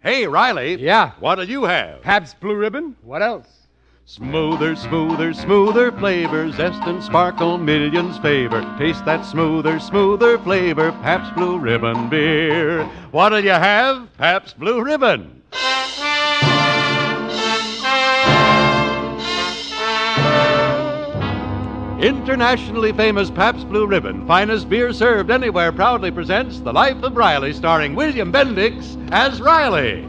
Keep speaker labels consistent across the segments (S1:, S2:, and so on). S1: Hey, Riley.
S2: Yeah.
S1: What'll you have?
S2: Pabst Blue Ribbon. What else?
S1: Smoother, smoother, smoother flavor. Zest and sparkle, millions favor. Taste that smoother, smoother flavor. Pabst Blue Ribbon beer. What'll you have? Pabst Blue Ribbon. Internationally famous Pabst Blue Ribbon, finest beer served anywhere, proudly presents The Life of Riley, starring William Bendix as Riley.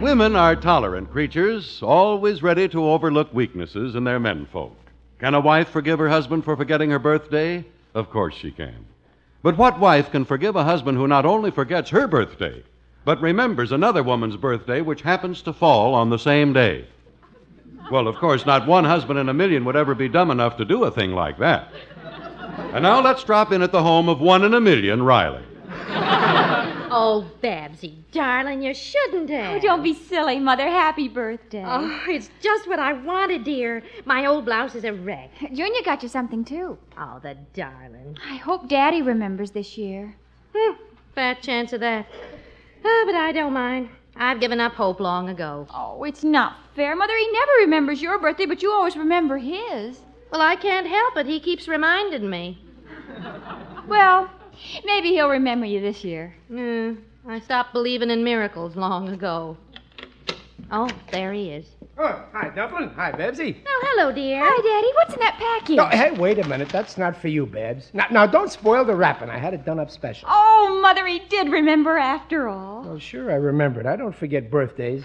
S1: Women are tolerant creatures, always ready to overlook weaknesses in their menfolk. Can a wife forgive her husband for forgetting her birthday? Of course she can. But what wife can forgive a husband who not only forgets her birthday, but remembers another woman's birthday which happens to fall on the same day? Well, of course, not one husband in a million would ever be dumb enough to do a thing like that. And now let's drop in at the home of one in a million, Riley.
S3: Oh, Babsy, darling, you shouldn't have.
S4: Oh, don't be silly, Mother. Happy birthday.
S3: Oh, it's just what I wanted, dear. My old blouse is a wreck.
S4: Junior got you something, too.
S3: Oh, the darling.
S4: I hope Daddy remembers this year.
S3: Hmm, fat chance of that. Ah, but I don't mind. I've given up hope long ago.
S4: Oh, it's not fair. Mother, he never remembers your birthday, but you always remember his.
S3: Well, I can't help it. He keeps reminding me.
S4: Well, maybe he'll remember you this year.
S3: Hmm, I stopped believing in miracles long ago. Oh, there he is.
S2: Oh, hi, Dublin. Hi, Bebsy.
S3: Oh, hello, dear.
S4: Hi, Daddy. What's in that package?
S2: No, hey, wait a minute. That's not for you, Babs. Now, now, don't spoil the wrapping. I had it done up special.
S4: Oh, Mother, he did remember after all.
S2: Oh, sure, I remembered. I don't forget birthdays.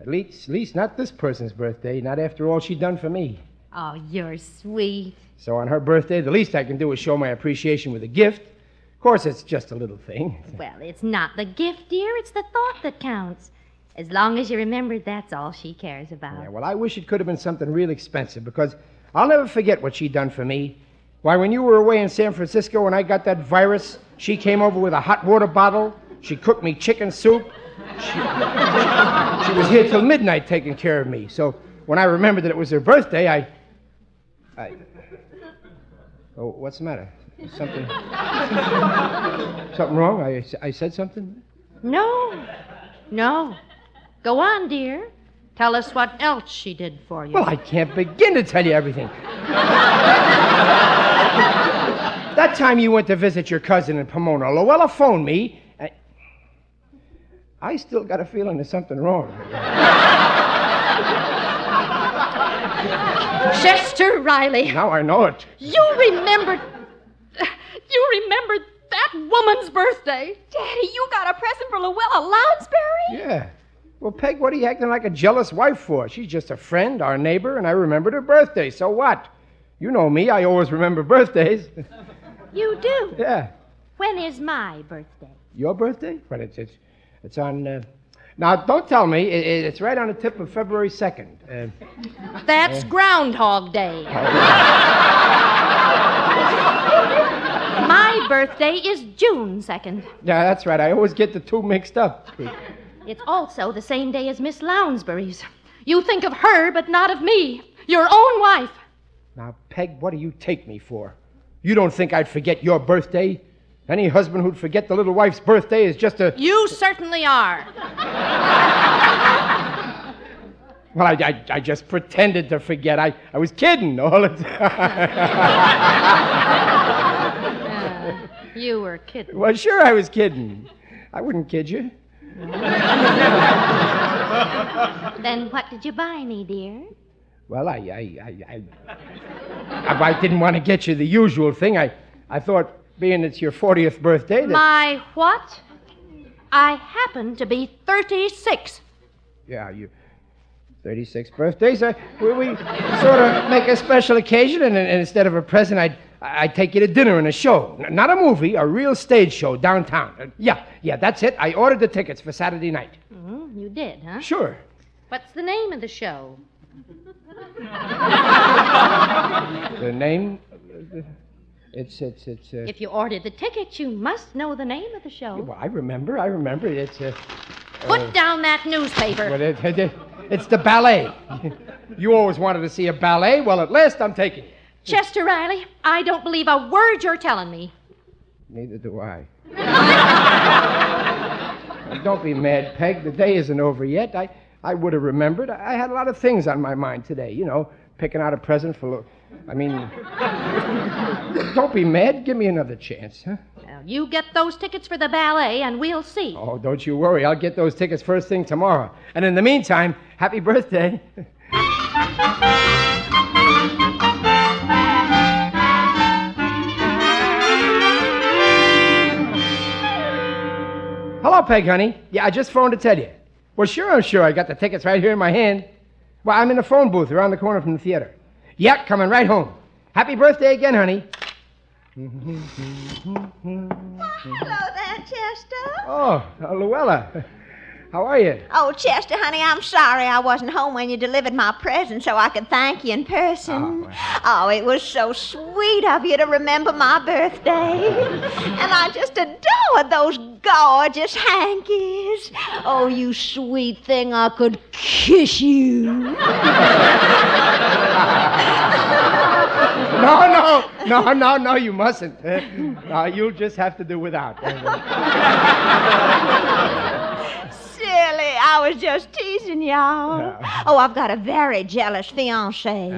S2: At least, at least not this person's birthday. Not after all she done for me.
S3: Oh, you're sweet.
S2: So on her birthday, the least I can do is show my appreciation with a gift. Of course, it's just a little thing.
S3: Well, it's not the gift, dear. It's the thought that counts. As long as you remember, that's all she cares about.
S2: Yeah, well, I wish it could have been something real expensive because I'll never forget what she done for me. Why, when you were away in San Francisco and I got that virus, she came over with a hot water bottle. She cooked me chicken soup. She, she was here till midnight taking care of me. So when I remembered that it was her birthday, I. I. Oh, what's the matter? Something. Something wrong? I, I said something?
S3: No, no. Go on, dear. Tell us what else she did for you.
S2: Well, I can't begin to tell you everything. that time you went to visit your cousin in Pomona, Luella phoned me. and- I still got a feeling there's something wrong.
S3: Chester Riley,
S2: Now I know it.
S3: you remembered. You remembered that woman's birthday.
S4: Daddy, you got a present for Luella Loudsberry?
S2: Yeah. Well, Peg, what are you acting like a jealous wife for? She's just a friend, our neighbor, and I remembered her birthday. So what? You know me, I always remember birthdays.
S3: You do.
S2: yeah.
S3: When is my birthday?
S2: Your birthday? But it's it's, it's on. Uh, now, don't tell me. It, it- it's right on the tip of February second. Uh,
S3: That's Groundhog Day. my birthday is June 2nd.
S2: yeah, that's right. I always get the two mixed up.
S3: It's also the same day as Miss Lounsbury's. You think of her, but not of me, your own wife.
S2: Now, Peg, what do you take me for? You don't think I'd forget your birthday? Any husband who'd forget the little wife's birthday is just a.
S3: You certainly are.
S2: Well, I, I, I just pretended to forget. I, I was kidding all the time.
S3: You were kidding.
S2: well, sure, I was kidding. I wouldn't kid you.
S3: Then what did you buy me, dear?
S2: Well, I, I, I, I, I didn't want to get you the usual thing. I, I thought, being it's your 40th birthday, that,
S3: My what? I happen to be 36.
S2: yeah, you, 36 birthdays. I, we, we sort of make a special occasion, and, and instead of a present, I'd, I'd take you to dinner and a show, N- not a movie, a real stage show downtown. Uh, yeah, yeah, that's it. I ordered the tickets for Saturday night.
S3: Mm, you did, huh?
S2: Sure.
S3: What's the name of the show?
S2: The name, uh, it's it's it's. Uh,
S3: If you ordered the ticket, you must know the name of the show.
S2: well, I remember. I remember. It's uh,
S3: Put down that newspaper.
S2: Well, it, it- it- it's the ballet. you always wanted to see a ballet. Well, at last I'm taking you.
S3: Chester Riley, I don't believe a word you're telling me.
S2: Neither do I. Now, don't be mad, Peg. The day isn't over yet. I, I would have remembered. I, I had a lot of things on my mind today, you know, picking out a present for. Lo- I mean, don't be mad. Give me another chance, huh?
S3: Now, you get those tickets for the ballet, and we'll see.
S2: Oh, don't you worry. I'll get those tickets first thing tomorrow. And in the meantime, happy birthday. Hello, Peg, honey. Yeah, I just phoned to tell you. Well, sure, I'm sure. I got the tickets right here in my hand. Well, I'm in the phone booth around the corner from the theater. Yep, coming right home. Happy birthday again, honey.
S5: Hello there, Chester.
S2: Oh, uh, Luella. How are you?
S5: Oh, Chester, honey, I'm sorry I wasn't home when you delivered my present so I could thank you in person. Oh, it was so sweet of you to remember my birthday. and I just adored those gorgeous hankies. Oh, you sweet thing, I could kiss you.
S2: No, no, no, no, no, you mustn't. Uh, you'll just have to do without. Uh,
S5: Silly, I was just teasing y'all. Oh, I've got a very jealous fiance.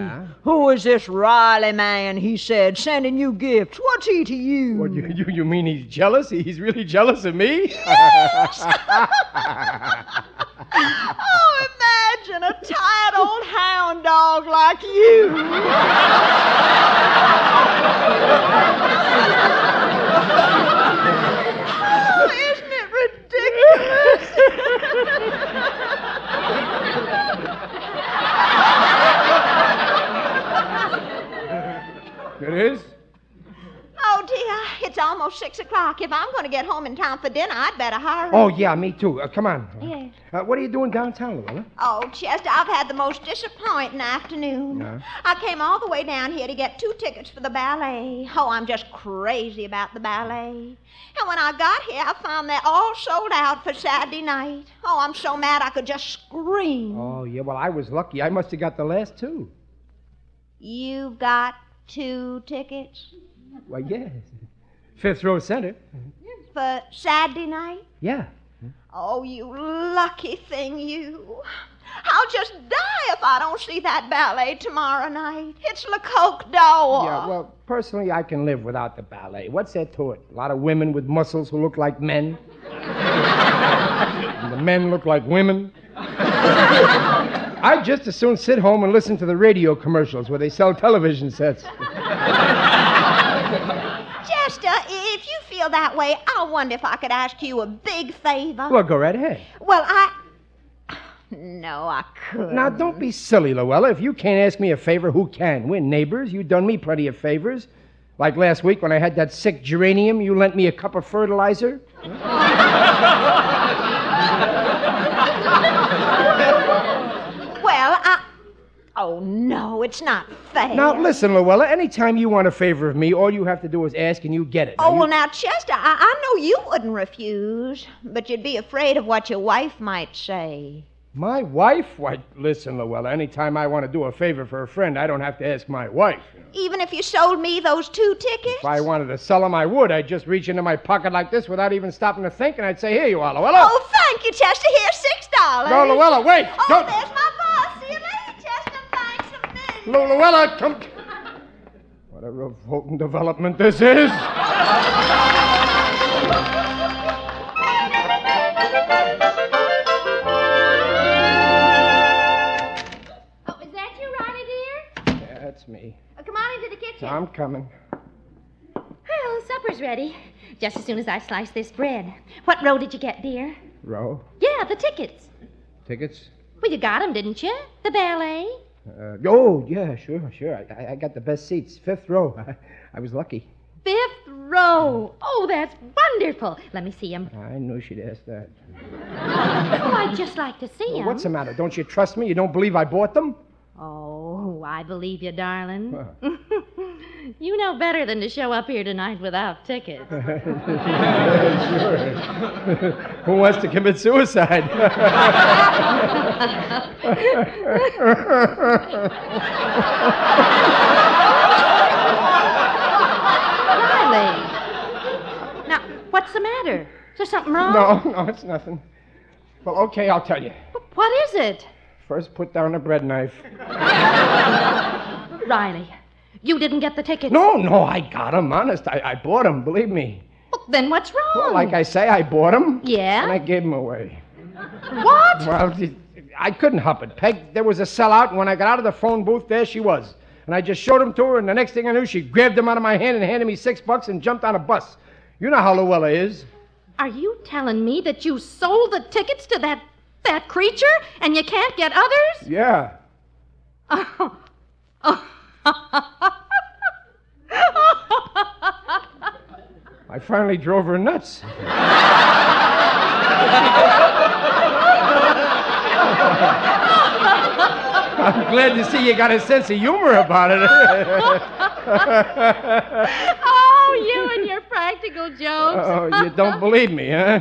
S5: Who is this Riley man? He said, sending you gifts. What's he to you?
S2: What, you, you, you mean he's jealous? He- He's really jealous of me?
S5: Oh, imagine a tired old hound dog like you. oh, isn't it ridiculous?
S2: it is?
S5: Oh, dear, it's almost six o'clock. If I'm going to get home in time for dinner, I'd better hurry.
S2: Oh, yeah, me too. Uh, come on.
S5: Yes.
S2: Uh, what are you doing downtown, Luella?
S5: Oh, Chester, I've had the most disappointing afternoon.
S2: Yeah?
S5: I came all the way down here to get two tickets for the ballet. Oh, I'm just crazy about the ballet. And when I got here, I found they're all sold out for Saturday night. Oh, I'm so mad I could just scream.
S2: Oh, yeah, well, I was lucky. I must have got the last two.
S5: You've got two tickets
S2: Well, yes. Fifth row center.
S5: for Saturday night?
S2: Yeah.
S5: Oh, you lucky thing, you. I'll just die if I don't see that ballet tomorrow night. It's Lecoq d'Or.
S2: Yeah, well, personally, I can live without the ballet. What's there to it? A lot of women with muscles who look like men. and the men look like women. I'd just as soon sit home and listen to the radio commercials where they sell television sets.
S5: Chester, uh, if you feel that way, I wonder if I could ask you a big favor.
S2: Well, go right ahead.
S5: Well, I. No, I could.
S2: Now, don't be silly, Luella. If you can't ask me a favor, who can? We're neighbors. You've done me plenty of favors. Like last week when I had that sick geranium, you lent me a cup of fertilizer.
S5: Well, I. Oh, no, it's not fair.
S2: Now, listen, Luella, anytime you want a favor of me, all you have to do is ask and you get it. Now,
S5: Oh,
S2: you-
S5: well, now, Chester, I, I know you wouldn't refuse, but you'd be afraid of what your wife might say.
S2: My wife? Why, listen, Luella, anytime I want to do a favor for a friend, I don't have to ask my wife.
S5: Even if you sold me those two tickets?
S2: If I wanted to sell them, I would. I'd just reach into my pocket like this without even stopping to think, and I'd say, Here you are, Luella.
S5: Oh, thank you, Chester. Here's six dollars.
S2: no, Luella, wait.
S5: Oh,
S2: don't.
S5: there's my boss. See you later, Chester. Thanks a million.
S2: Lu- Luella, come. What a revolting development this is.
S4: Oh, is that you, Riley dear?
S2: Yeah, that's me.
S4: Uh, come on into the kitchen.
S2: I'm coming.
S3: Well, supper's ready. Just as soon as I slice this bread. What row did you get, dear?
S2: Row?
S3: Yeah, the tickets.
S2: Tickets?
S3: Well, you got 'em, didn't you? The ballet.
S2: Uh, oh, yeah, sure, sure. I, I- I got the best seats. Fifth row. I, I was lucky.
S3: Fifth row. Oh, that's wonderful. Let me see 'em.
S2: I knew she'd ask that.
S3: Oh, I'd just like to see 'em.
S2: What's the matter? Don't you trust me? You don't believe I bought them?
S3: Oh, I believe you, darling.
S2: Huh.
S3: you know better than to show up here tonight without tickets.
S2: sure. Who wants to commit suicide?
S3: What's the matter? Is there something wrong?
S2: No, no, it's nothing. Well, okay, I'll tell you.
S3: What is it?
S2: First, put down the bread knife.
S3: Riley, you didn't get the tickets.
S2: No, no, I got 'em, honest. I, I bought 'em, believe me.
S3: Well, Then what's wrong?
S2: Well, like I say, I bought 'em, And I
S3: Yeah?
S2: gave 'em away.
S3: What?
S2: Well, I couldn't help it, Peg. There was a sellout, and when I got out of the phone booth, there she was. And I just showed 'em to her, and the next thing I knew, she grabbed them out of my hand and handed me six bucks and jumped on a bus. You know how Luella is.
S3: Are you telling me that you sold the tickets to that that creature and you can't get others?
S2: Yeah.
S3: Oh.
S2: I finally drove her nuts. I'm glad to see you got a sense of humor about it.
S3: Oh, you and your practical jokes.
S2: oh, you don't believe me, huh?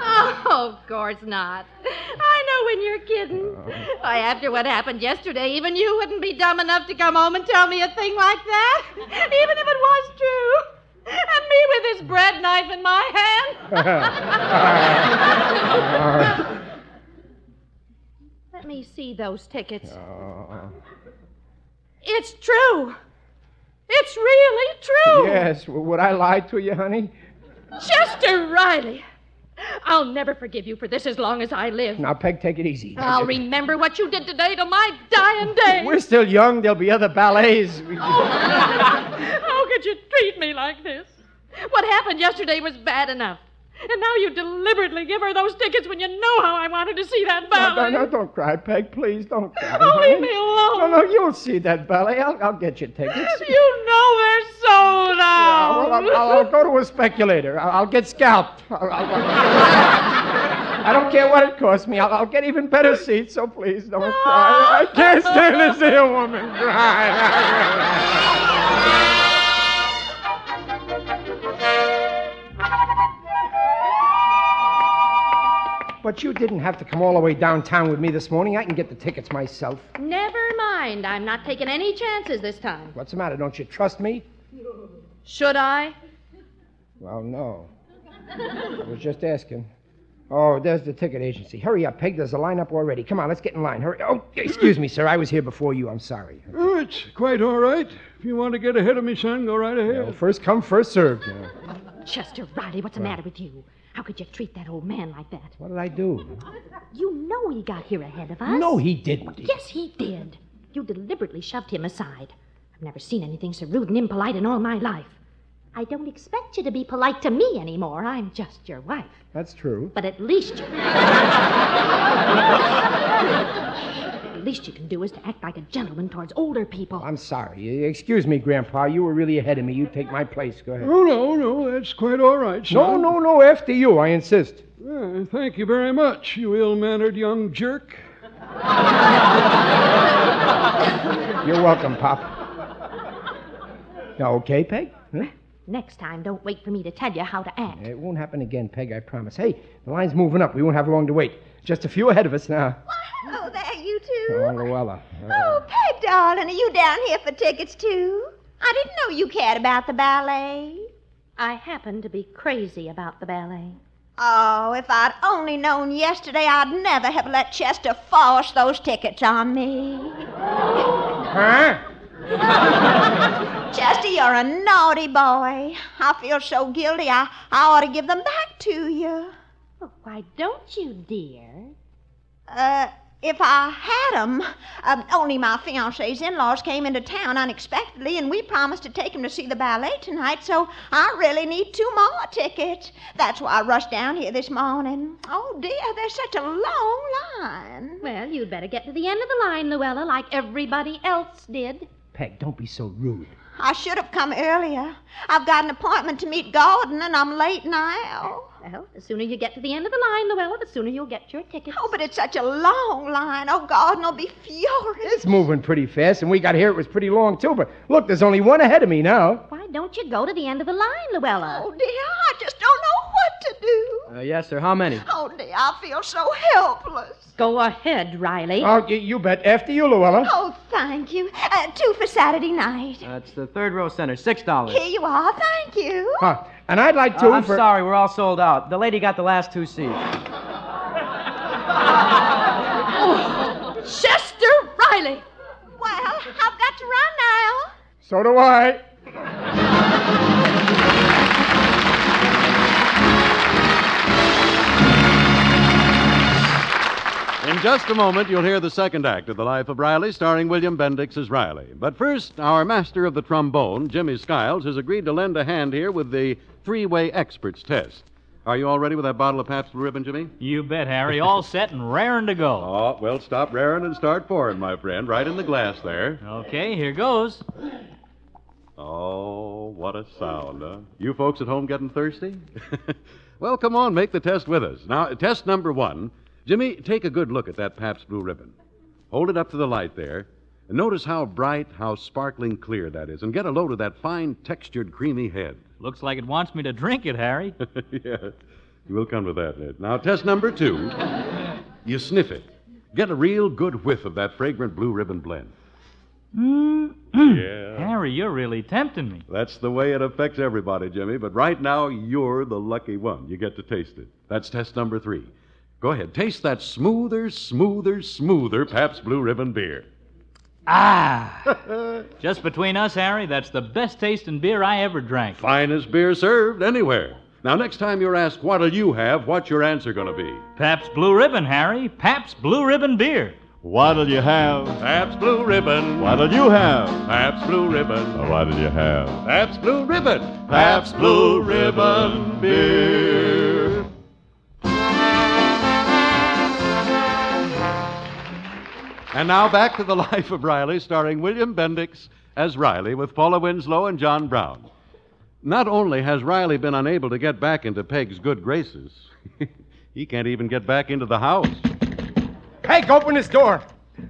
S3: Oh, of course not. I know when you're kidding. Why, after what happened yesterday, even you wouldn't be dumb enough to come home and tell me a thing like that, even if it was true. And me with this bread knife in my hand. Let me see those tickets.
S2: Oh.
S3: It's true. It's really true.
S2: Yes, w- would I lie to you, honey?
S3: Chester Riley. I'll never forgive you for this as long as I live.
S2: Now, Peg, take it easy.
S3: I'll remember what you did today to my dying day.
S2: We're still young. There'll be other ballets. We-
S3: How could you treat me like this? What happened yesterday was bad enough. And now you deliberately give her those tickets when you know how I wanted to see that
S2: No, no,
S3: ballet.
S2: no, don't cry, Peg. Please don't cry.
S3: Oh, leave
S2: honey.
S3: me alone.
S2: No, no, you'll see that ballet. I'll, I'll get you tickets.
S3: You know they're sold
S2: Yeah,
S3: out.
S2: well, I'll, I'll, I'll go to a speculator. I'll, I'll get scalped. I'll, I'll, I do not care what it costs me. I'll, I'll get even better seats, so please don't cry. I can't stand to see a woman cry. But you didn't have to come all the way downtown with me this morning. I can get the tickets myself.
S3: Never mind. I'm not taking any chances this time.
S2: What's the matter? Don't you trust me?
S3: Should I?
S2: Well, no. I was just asking. Oh, there's the ticket agency. Hurry up, Peg. There's a lineup already. Come on, let's get in line. Hurry. Oh, excuse me, sir. I was here before you. I'm sorry.
S6: Oh, it's quite all right. If you want to get ahead of me, son, go right ahead.
S2: Well, first come, first served. you know.
S3: Chester Riley, what's the matter with you? How could you treat that old man like that?
S2: What did I do?
S3: You know he got here ahead of us.
S2: No, he didn't.
S3: Yes, he did. You deliberately shoved him aside. I've never seen anything so rude and impolite in all my life. I don't expect you to be polite to me anymore. I'm just your wife.
S2: That's true.
S3: But at least you. at least you can do is to act like a gentleman towards older people.
S2: I'm sorry. You- Excuse me, Grandpa. You were really ahead of me. You take my place. Go ahead.
S6: Oh, no, no, that's quite all right,
S2: No,
S6: son.
S2: no, no. After you, I insist.
S6: no. thank you very much, you ill mannered young jerk.
S2: You're welcome, Pop. Now, okay, Peg? Huh?
S3: Next time, don't wait for me to tell you how to act.
S2: It won't happen again, Peg, I promise. Hey, the line's moving up. We won't have long to wait. Just a few ahead of us now.
S5: Oh, there you
S2: Oh,
S5: two.
S2: Luella.
S5: Oh, Peg, darling, are you down here for tickets, too? I didn't know you cared about the ballet.
S3: I happen to be crazy about the ballet.
S5: Oh, if I'd only known yesterday, I'd never have let Chester force those tickets on me.
S2: Huh?
S5: Chester, you're a naughty boy. I feel so guilty, I, I ought to give them back to you.
S3: Oh, why don't you, dear?
S5: Uh, if I had 'em, um, only my fiance's in laws came into town unexpectedly, and we promised to take 'em to see the ballet tonight, so I really need two more tickets. That's why I rushed down here this morning. Oh, dear, there's such a long line.
S3: Well, you'd better get to the end of the line, Luella, like everybody else did.
S2: Peg, don't be so rude.
S5: I should have come earlier. I've got an appointment to meet Gordon, and I'm late now.
S3: Well, the sooner you get to the end of the line, Luella, the sooner you'll get your ticket.
S5: Oh, but it's such a long line. Oh, Gordon will be furious.
S2: It's moving pretty fast, and we got here. It was pretty long, too. But look, there's only one ahead of me now.
S3: Why don't you go to the end of the line, Luella?
S5: Oh, dear, I just don't know what to do.
S7: Uh, yes, sir. How many?
S5: Oh, dear, I feel so helpless.
S3: Go ahead, Riley.
S2: Oh, you, you bet. After you, Luella.
S5: Oh, thank you. Uh, two for Saturday night.
S7: That's the third row center. Six dollars.
S5: Here you are. Thank you.
S2: Huh. And I'd like to.
S7: Uh, I'm
S2: for-
S7: sorry, we're all sold out. The lady got the last two seats.
S3: Chester Riley.
S5: Well, I've got to run now.
S2: So do I.
S1: In just a moment, you'll hear the second act of The Life of Riley, starring William Bendix as Riley. But first, our master of the trombone, Jimmy Skiles, has agreed to lend a hand here with the three way experts test. Are you all ready with that bottle of Pabst Blue Ribbon, Jimmy?
S8: You bet, Harry. All set and raring to go.
S1: Oh, well, stop raring and start pouring, my friend. Right in the glass there.
S8: Okay, here goes.
S1: Oh, what a sound, huh? You folks at home getting thirsty? well, come on, make the test with us. Now, test number one. Jimmy, take a good look at that Pabst Blue Ribbon. Hold it up to the light there. And notice how bright, how sparkling clear that is. And get a load of that fine, textured, creamy head.
S8: Looks like it wants me to drink it, Harry.
S1: yeah, we'll come to that, Ned. Now, test number two. you sniff it. Get a real good whiff of that fragrant Blue Ribbon blend. yeah.
S8: Harry, you're really tempting me.
S1: That's the way it affects everybody, Jimmy. But right now, you're the lucky one. You get to taste it. That's test number three. Go ahead, taste that smoother, smoother, smoother Pabst Blue Ribbon beer.
S7: Ah.
S8: Just between us, Harry, that's the best tasting beer I ever drank.
S1: Finest beer served anywhere. Now, next time you're asked, what'll you have? What's your answer going to be?
S8: Pabst Blue Ribbon, Harry. Pabst Blue Ribbon beer.
S9: What'll you have?
S1: Pabst Blue Ribbon.
S9: What'll you have?
S1: Pabst Blue Ribbon.
S9: What'll you have?
S1: Pabst Blue Ribbon.
S9: Pabst Blue Ribbon
S1: beer. And now back to the life of Riley, starring William Bendix as Riley with Paula Winslow and John Brown. Not only has Riley been unable to get back into Peg's good graces, he can't even get back into the house.
S2: Peg, open this door.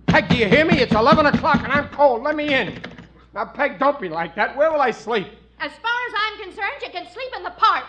S2: Peg, do you hear me? It's 11 o'clock and I'm cold. Let me in. Now, Peg, don't be like that. Where will I sleep?
S3: As far as I'm concerned, you can sleep in the park.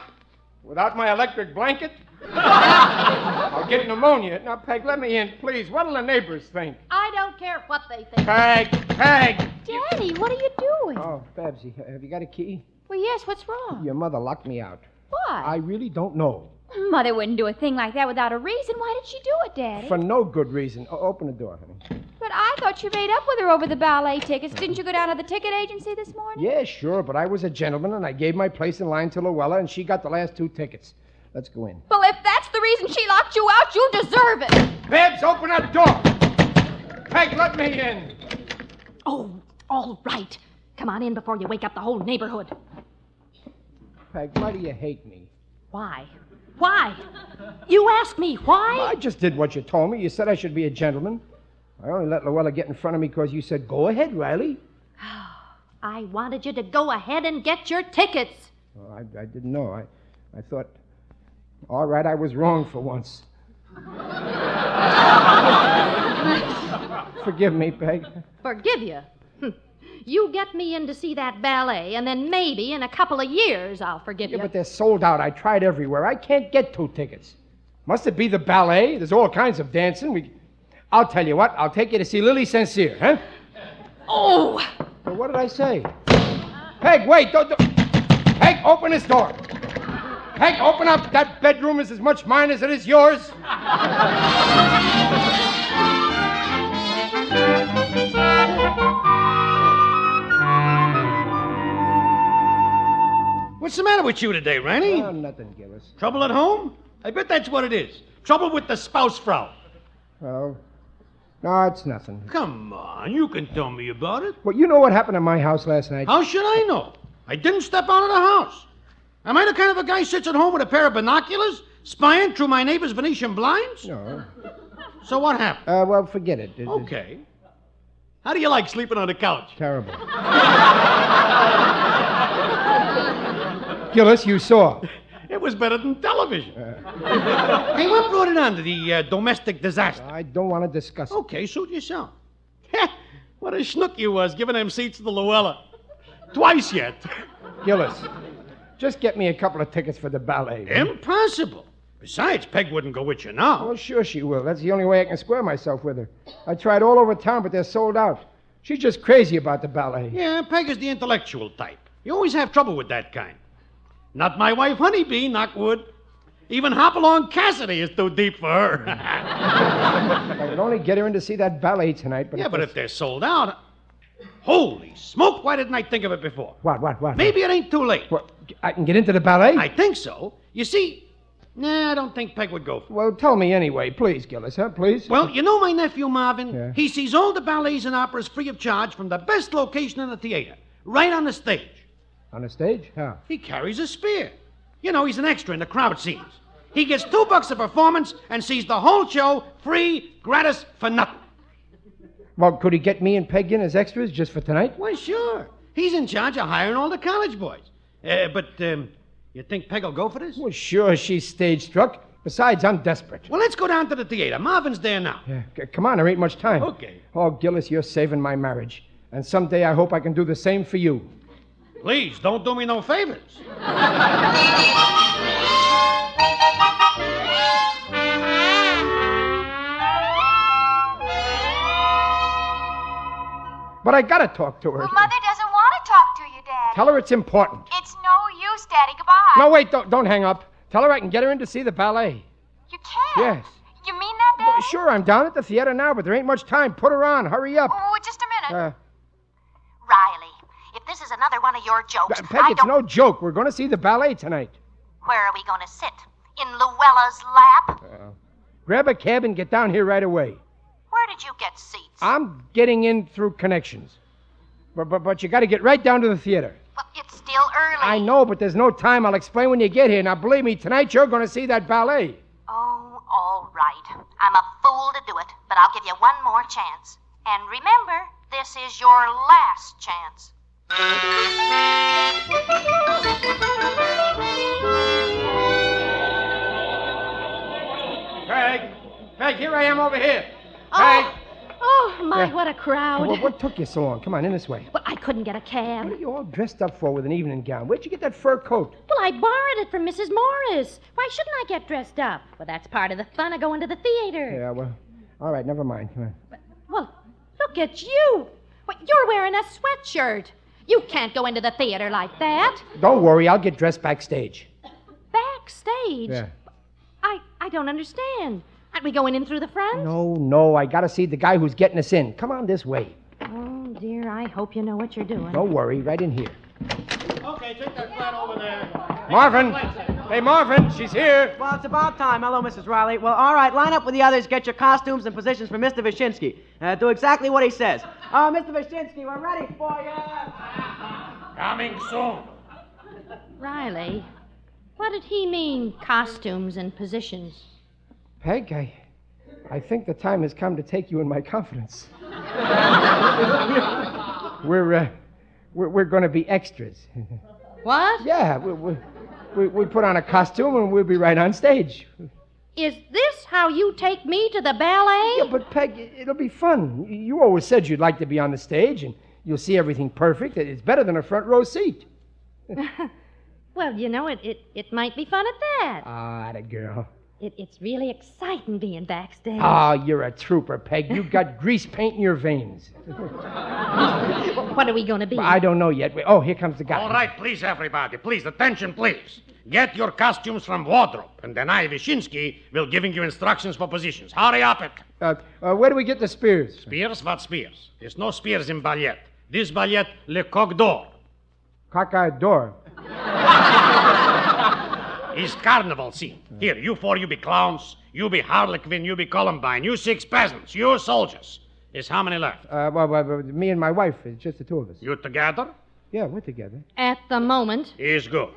S2: Without my electric blanket? I'll get pneumonia. Now, Peg, let me in, please. What'll the neighbors think?
S3: I don't care what they think.
S2: Peg, Peg.
S4: Daddy, what are you doing?
S2: Oh, Babsy, have you got a key?
S4: Well, yes, what's wrong?
S2: Your mother locked me out. I
S4: Why?
S2: really don't know.
S4: Mother wouldn't do a thing like that without a reason. Why did she do it, Daddy?
S2: For no good reason. O- open the door, honey.
S4: But I thought you made up with her over the ballet tickets. Didn't you go down to the ticket agency this morning?
S2: Yeah, sure, but I was a gentleman and I gave my place in line to Luella and she got the last two tickets. Let's go in.
S4: Well, if that's the reason she locked you out, you deserve it.
S2: Babs, open that door. Peg, let me in.
S3: Oh, all right. Come on in before you wake up the whole neighborhood.
S2: Peg, why do you hate me?
S3: Why? Why? You ask me why?
S2: I just did what you told me. You said I should be a gentleman. I only let Luella get in front of me because you said, go ahead, Riley.
S3: I wanted you to go ahead and get your tickets.
S2: Oh, I, I didn't know. I, I thought, all right, I was wrong for once. Forgive me, Peg.
S3: Forgive you. Hm. You get me in to see that ballet, and then maybe in a couple of years I'll forgive
S2: Yeah,
S3: you.
S2: but they're sold out. I tried everywhere. I can't get two tickets. Must it be the ballet? There's all kinds of dancing. We, I'll tell you what. I'll take you to see Lily Sincere, huh?
S3: Oh!
S2: Well, what did I say? Peg, wait! Don't, don't. Peg, open this door. Peg, open up. That bedroom is as much mine as it is yours.
S10: What's the matter with you today, Ranny?
S2: Oh, nothing, Gillis.
S10: Trouble at home? I bet that's what it is. Trouble with the spouse, Frau.
S2: Oh, no, it's nothing.
S10: Come on, you can tell me about it.
S2: Well, you know what happened at my house last night?
S10: How should I know? I didn't step out of the house. Am I the kind of a guy who sits at home with a pair of binoculars, spying through my neighbor's Venetian blinds?
S2: No.
S10: So what happened?
S2: Uh, well, forget it. It- It's
S10: Okay. How do you like sleeping on the couch?
S2: terrible. Gillis, you saw.
S10: It was better than television. hey, what brought it on to the uh, domestic disaster?
S2: I don't want to discuss it.
S10: Okay, suit yourself. Heh, what a schnook you was giving them seats to Luella. Twice yet.
S2: Gillis, just get me a couple of tickets for the ballet. will you?
S10: Impossible. Besides, Peg wouldn't go with you now.
S2: Well, sure she will. That's the only way I can square myself with her. I tried all over town, but they're sold out. She's just crazy about the ballet.
S10: Yeah, Peg is the intellectual type. You always have trouble with that kind. Not my wife, Honeybee, knock wood. Even Hopalong Cassidy is too deep for her.
S2: I could only get her in to see that ballet tonight, but
S10: yeah, but if they're sold out. Holy smoke, why didn't I think of it before?
S2: What, what, what?
S10: Maybe it ain't too late.
S2: I can get into the ballet?
S10: I think so. You see, nah, I don't think Peg would go for it.
S2: Well, tell me anyway, please, Gillis, huh? Please.
S10: Well, you know my nephew Marvin?
S2: Yeah.
S10: He sees all the ballets and operas free of charge from the best location in the theater, right on the stage.
S2: on the stage? How?
S10: He carries a spear. You know, he's an extra in the crowd scenes. He gets two bucks a performance and sees the whole show free, gratis, for nothing.
S2: Well, could he get me and Peg in as extras just for tonight?
S10: Why, sure. He's in charge of hiring all the college boys. Uh, but um, you think Peg will go for this?
S2: Well, sure, she's stage struck. Besides, I'm desperate.
S10: Well, let's go down to the theater. Marvin's there now.
S2: Yeah, c- come on, there ain't much time.
S10: Okay.
S2: Oh, Gillis, you're saving my marriage. And someday I hope I can do the same for you.
S10: Please, don't do me no favors.
S2: But I gotta talk to her.
S11: Well, Mother doesn't want to talk to you, Dad.
S2: Tell her it's important.
S11: It's no use, Daddy. Goodbye.
S2: No, wait, don't, don't hang up. Tell her I can get her in to see the ballet.
S11: You can't.
S2: Yes.
S11: You mean that, Dad?
S2: Well, sure, I'm down at the theater now, but there ain't much time. Put her on. Hurry up.
S11: Oh, just a minute.
S2: Uh,
S11: Riley, if this is another one of your jokes,
S2: Peg,
S11: I
S2: it's
S11: don't...
S2: no joke. We're gonna see the ballet tonight.
S11: Where are we going to sit? In Luella's lap?
S2: Grab a cab and get down here right away.
S11: Where did you get seats?
S2: I'm getting in through connections. But, but, but you got to get right down to the theater.
S11: Well, it's still early.
S2: I know, but there's no time. I'll explain when you get here. Now, believe me, tonight you're going to see that ballet.
S11: Oh, all right. I'm a fool to do it, but I'll give you one more chance. And remember, this is your last chance.
S2: Peg, Peg, here I am over here.
S3: Oh, oh my,
S2: Yeah.
S3: what a crowd.
S2: What, what took you so long? Come on, in this way.
S3: Well, I couldn't get a cab.
S2: What are you all dressed up for with an evening gown? Where'd you get that fur coat?
S3: Well, I borrowed it from Mrs. Morris. Why shouldn't I get dressed up? Well, that's part of the fun of going to the theater.
S2: Yeah, well, all right, never mind. Come on.
S3: Well, look at you. Well, you're wearing a sweatshirt. You can't go into the theater like that.
S2: Don't worry, I'll get dressed backstage.
S3: Backstage.
S2: Yeah.
S3: I, I don't understand. Aren't we going in through the front?
S2: No, no, I got to see the guy who's getting us in. Come on this way.
S3: Oh, dear, I hope you know what you're doing.
S2: Don't worry, right in here.
S10: Okay, take that flat over there.
S2: Marvin! Hey, Marvin, she's here.
S7: Well, it's about time. Hello, Mrs. Riley. Well, all right, line up with the others. Get your costumes and positions for Mr. Vyshinsky. Uh, do exactly what he says. Uh, Mr. Vyshinsky, we're ready for you.
S10: Coming soon.
S3: Riley, what did he mean, costumes and positions?
S2: Peg, I, I think the time has come to take you in my confidence. we're, uh, we're, we're going to be extras.
S3: What?
S2: yeah, we, we, we, we put on a costume and we'll be right on stage.
S3: Is this how you take me to the ballet?
S2: Yeah, but Peg, i- it'll be fun. Y- You always said you'd like to be on the stage and you'll see everything perfect. It- It's better than a front row seat.
S3: Well, you know, it, it, it might be fun at that.
S2: Ah, that girl.
S3: It, it's really exciting being backstage.
S2: Ah, you're a trooper, Peg. You've got grease paint in your veins.
S3: what are we going to be?
S2: I don't know yet. We- Oh, here comes the guy.
S10: All right, please, everybody, please, attention, please. Get your costumes from wardrobe, and then I, Vyshinsky, will giving you instructions for positions. Hurry up it.
S2: Uh, uh, where do we get the spears?
S10: Spears, what spears? There's no spears in ballet. This ballet, Le Coq d'Or,
S2: Cockeyed door.
S10: is carnival scene. Here, you four, you be clowns, you be harlequin, you be Columbine, you six peasants, you soldiers. Is how many left?
S2: Uh, well, well, well, me and my wife, it's just the two of us.
S10: You together?
S2: Yeah, we're together.
S3: At the moment.
S10: Is good.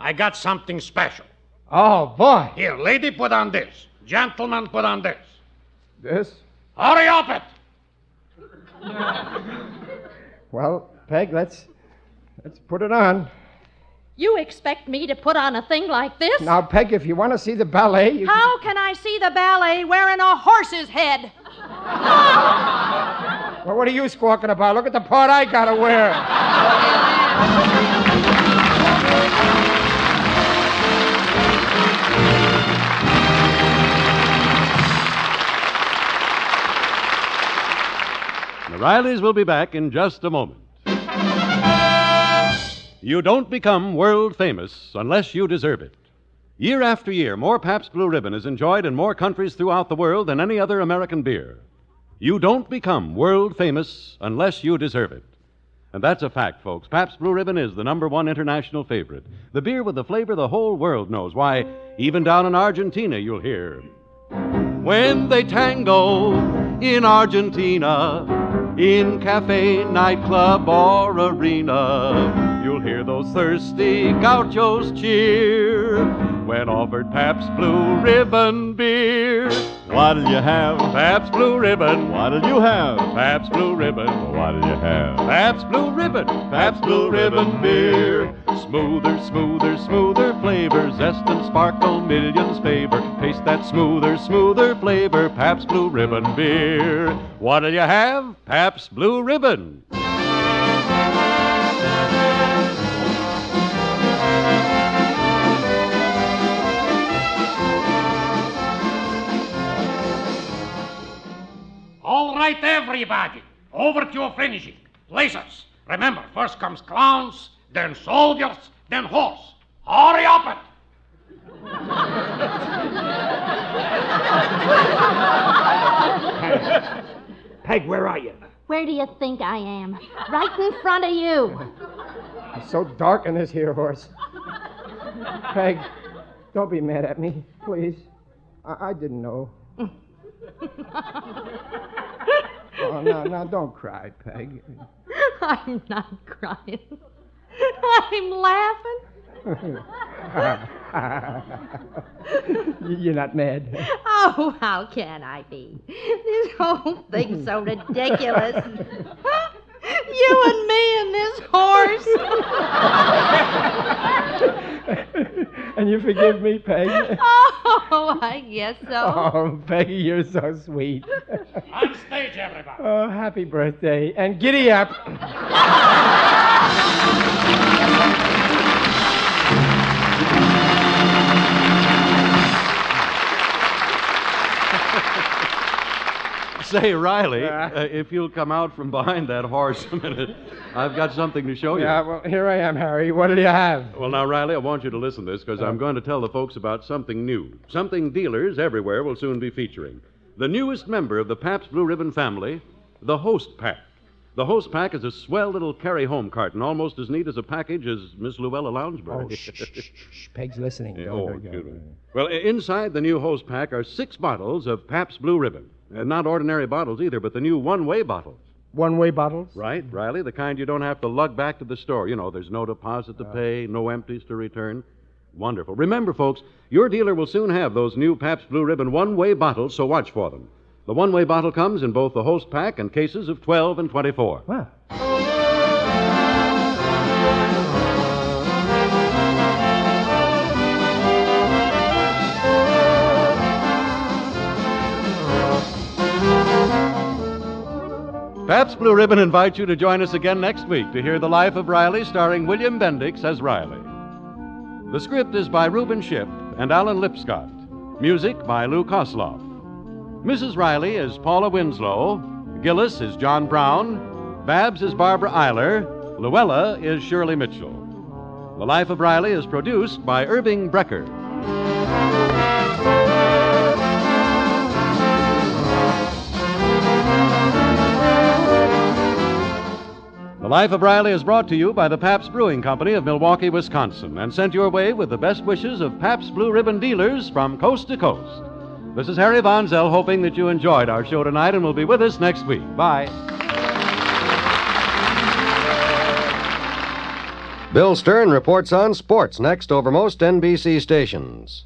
S10: I got something special.
S2: Oh, boy.
S10: Here, lady, put on this. Gentleman, put on this.
S2: This?
S10: Hurry up it!
S2: Well, Peg, let's let's put it on.
S3: You expect me to put on a thing like this?
S2: Now, Peg, if you want to see the ballet, you can-
S3: How can I see the ballet wearing a horse's head?
S2: Well, what are you squawking about? Look at the part I gotta wear.
S1: The Rileys will be back in just a moment. You don't become world famous unless you deserve it. Year after year, more Pabst Blue Ribbon is enjoyed in more countries throughout the world than any other American beer. You don't become world famous unless you deserve it. And that's a fact, folks. Pabst Blue Ribbon is the number one international favorite. The beer with the flavor the whole world knows. Why, even down in Argentina, you'll hear. When they tango in Argentina, in cafe, nightclub, or arena, you'll hear those thirsty gauchos cheer. When offered Pabst Blue Ribbon beer,
S9: What'll you have?
S1: Pabst Blue Ribbon.
S9: What'll you have?
S1: Pabst Blue Ribbon.
S9: What'll you have?
S1: Pabst Blue Ribbon, Pabst Blue Ribbon beer. Smoother, smoother, smoother flavor, zest and sparkle, millions favor. Taste that smoother, smoother flavor, Pabst Blue Ribbon beer. What'll you have? Pabst Blue Ribbon.
S12: All right, everybody. Over to your finishing. Lasers. Remember, first comes clowns, then soldiers, then horse. Hurry up it.
S10: Peg, where are you?
S11: Where do you think I am? Right in front of you.
S2: It's so dark in this here horse. Peg, don't be mad at me, please. I, I didn't know. Oh, now, now, don't cry, Peg.
S3: I'm not crying. I'm laughing.
S2: You're not mad.
S3: Oh, how can I be? This whole thing's so ridiculous. you and me and this horse.
S2: And you forgive me, Peg?
S3: oh, I guess so.
S2: Oh, Peggy, you're so sweet.
S12: On stage, everybody.
S2: Oh, happy birthday. And giddy up.
S1: Say, Riley, uh, if you'll come out from behind that horse a minute, I've got something to show you.
S2: Yeah, well, here I am, Harry. What do you have?
S1: Well, now, Riley, I want you to listen to this because I'm going to tell the folks about something new. Something dealers everywhere will soon be featuring. The newest member of the Pabst Blue Ribbon family, the Host Pack. The Host Pack is a swell little carry home carton, almost as neat as a package as Miss Luella Lounsbury.
S2: Oh, shh, shh, shh. Peg's listening.
S1: Yeah,
S2: Don't-
S1: oh,
S2: don't-
S1: good one. Well, i- inside the new hose pack are six bottles of Pabst Blue Ribbon. Uh, not ordinary bottles either, but the new one way bottles.
S2: One way bottles?
S1: Right, Riley? The kind you don't have to lug back to the store. You know, there's no deposit to pay, no empties to return. Wonderful. Remember, folks, your dealer will soon have those new Pabst Blue Ribbon one way bottles, so watch for them. The one way bottle comes in both the host pack and cases of 12 and 24.
S2: Wow.
S1: Pabst Blue Ribbon invites you to join us again next week to hear The Life of Riley, starring William Bendix as Riley. The script is by Reuben Ship and Alan Lipscott. Music by Lou Kosloff. Mrs. Riley is Paula Winslow. Gillis is John Brown. Babs is Barbara Eiler. Luella is Shirley Mitchell. The Life of Riley is produced by Irving Brecker. The Life of Riley is brought to you by the Pabst Brewing Company of Milwaukee, Wisconsin, and sent your way with the best wishes of Pabst Blue Ribbon dealers from coast to coast. This is Harry Bonzell, hoping that you enjoyed our show tonight and will be with us next week. Bye.
S13: Bill Stern reports on sports next over most NBC stations.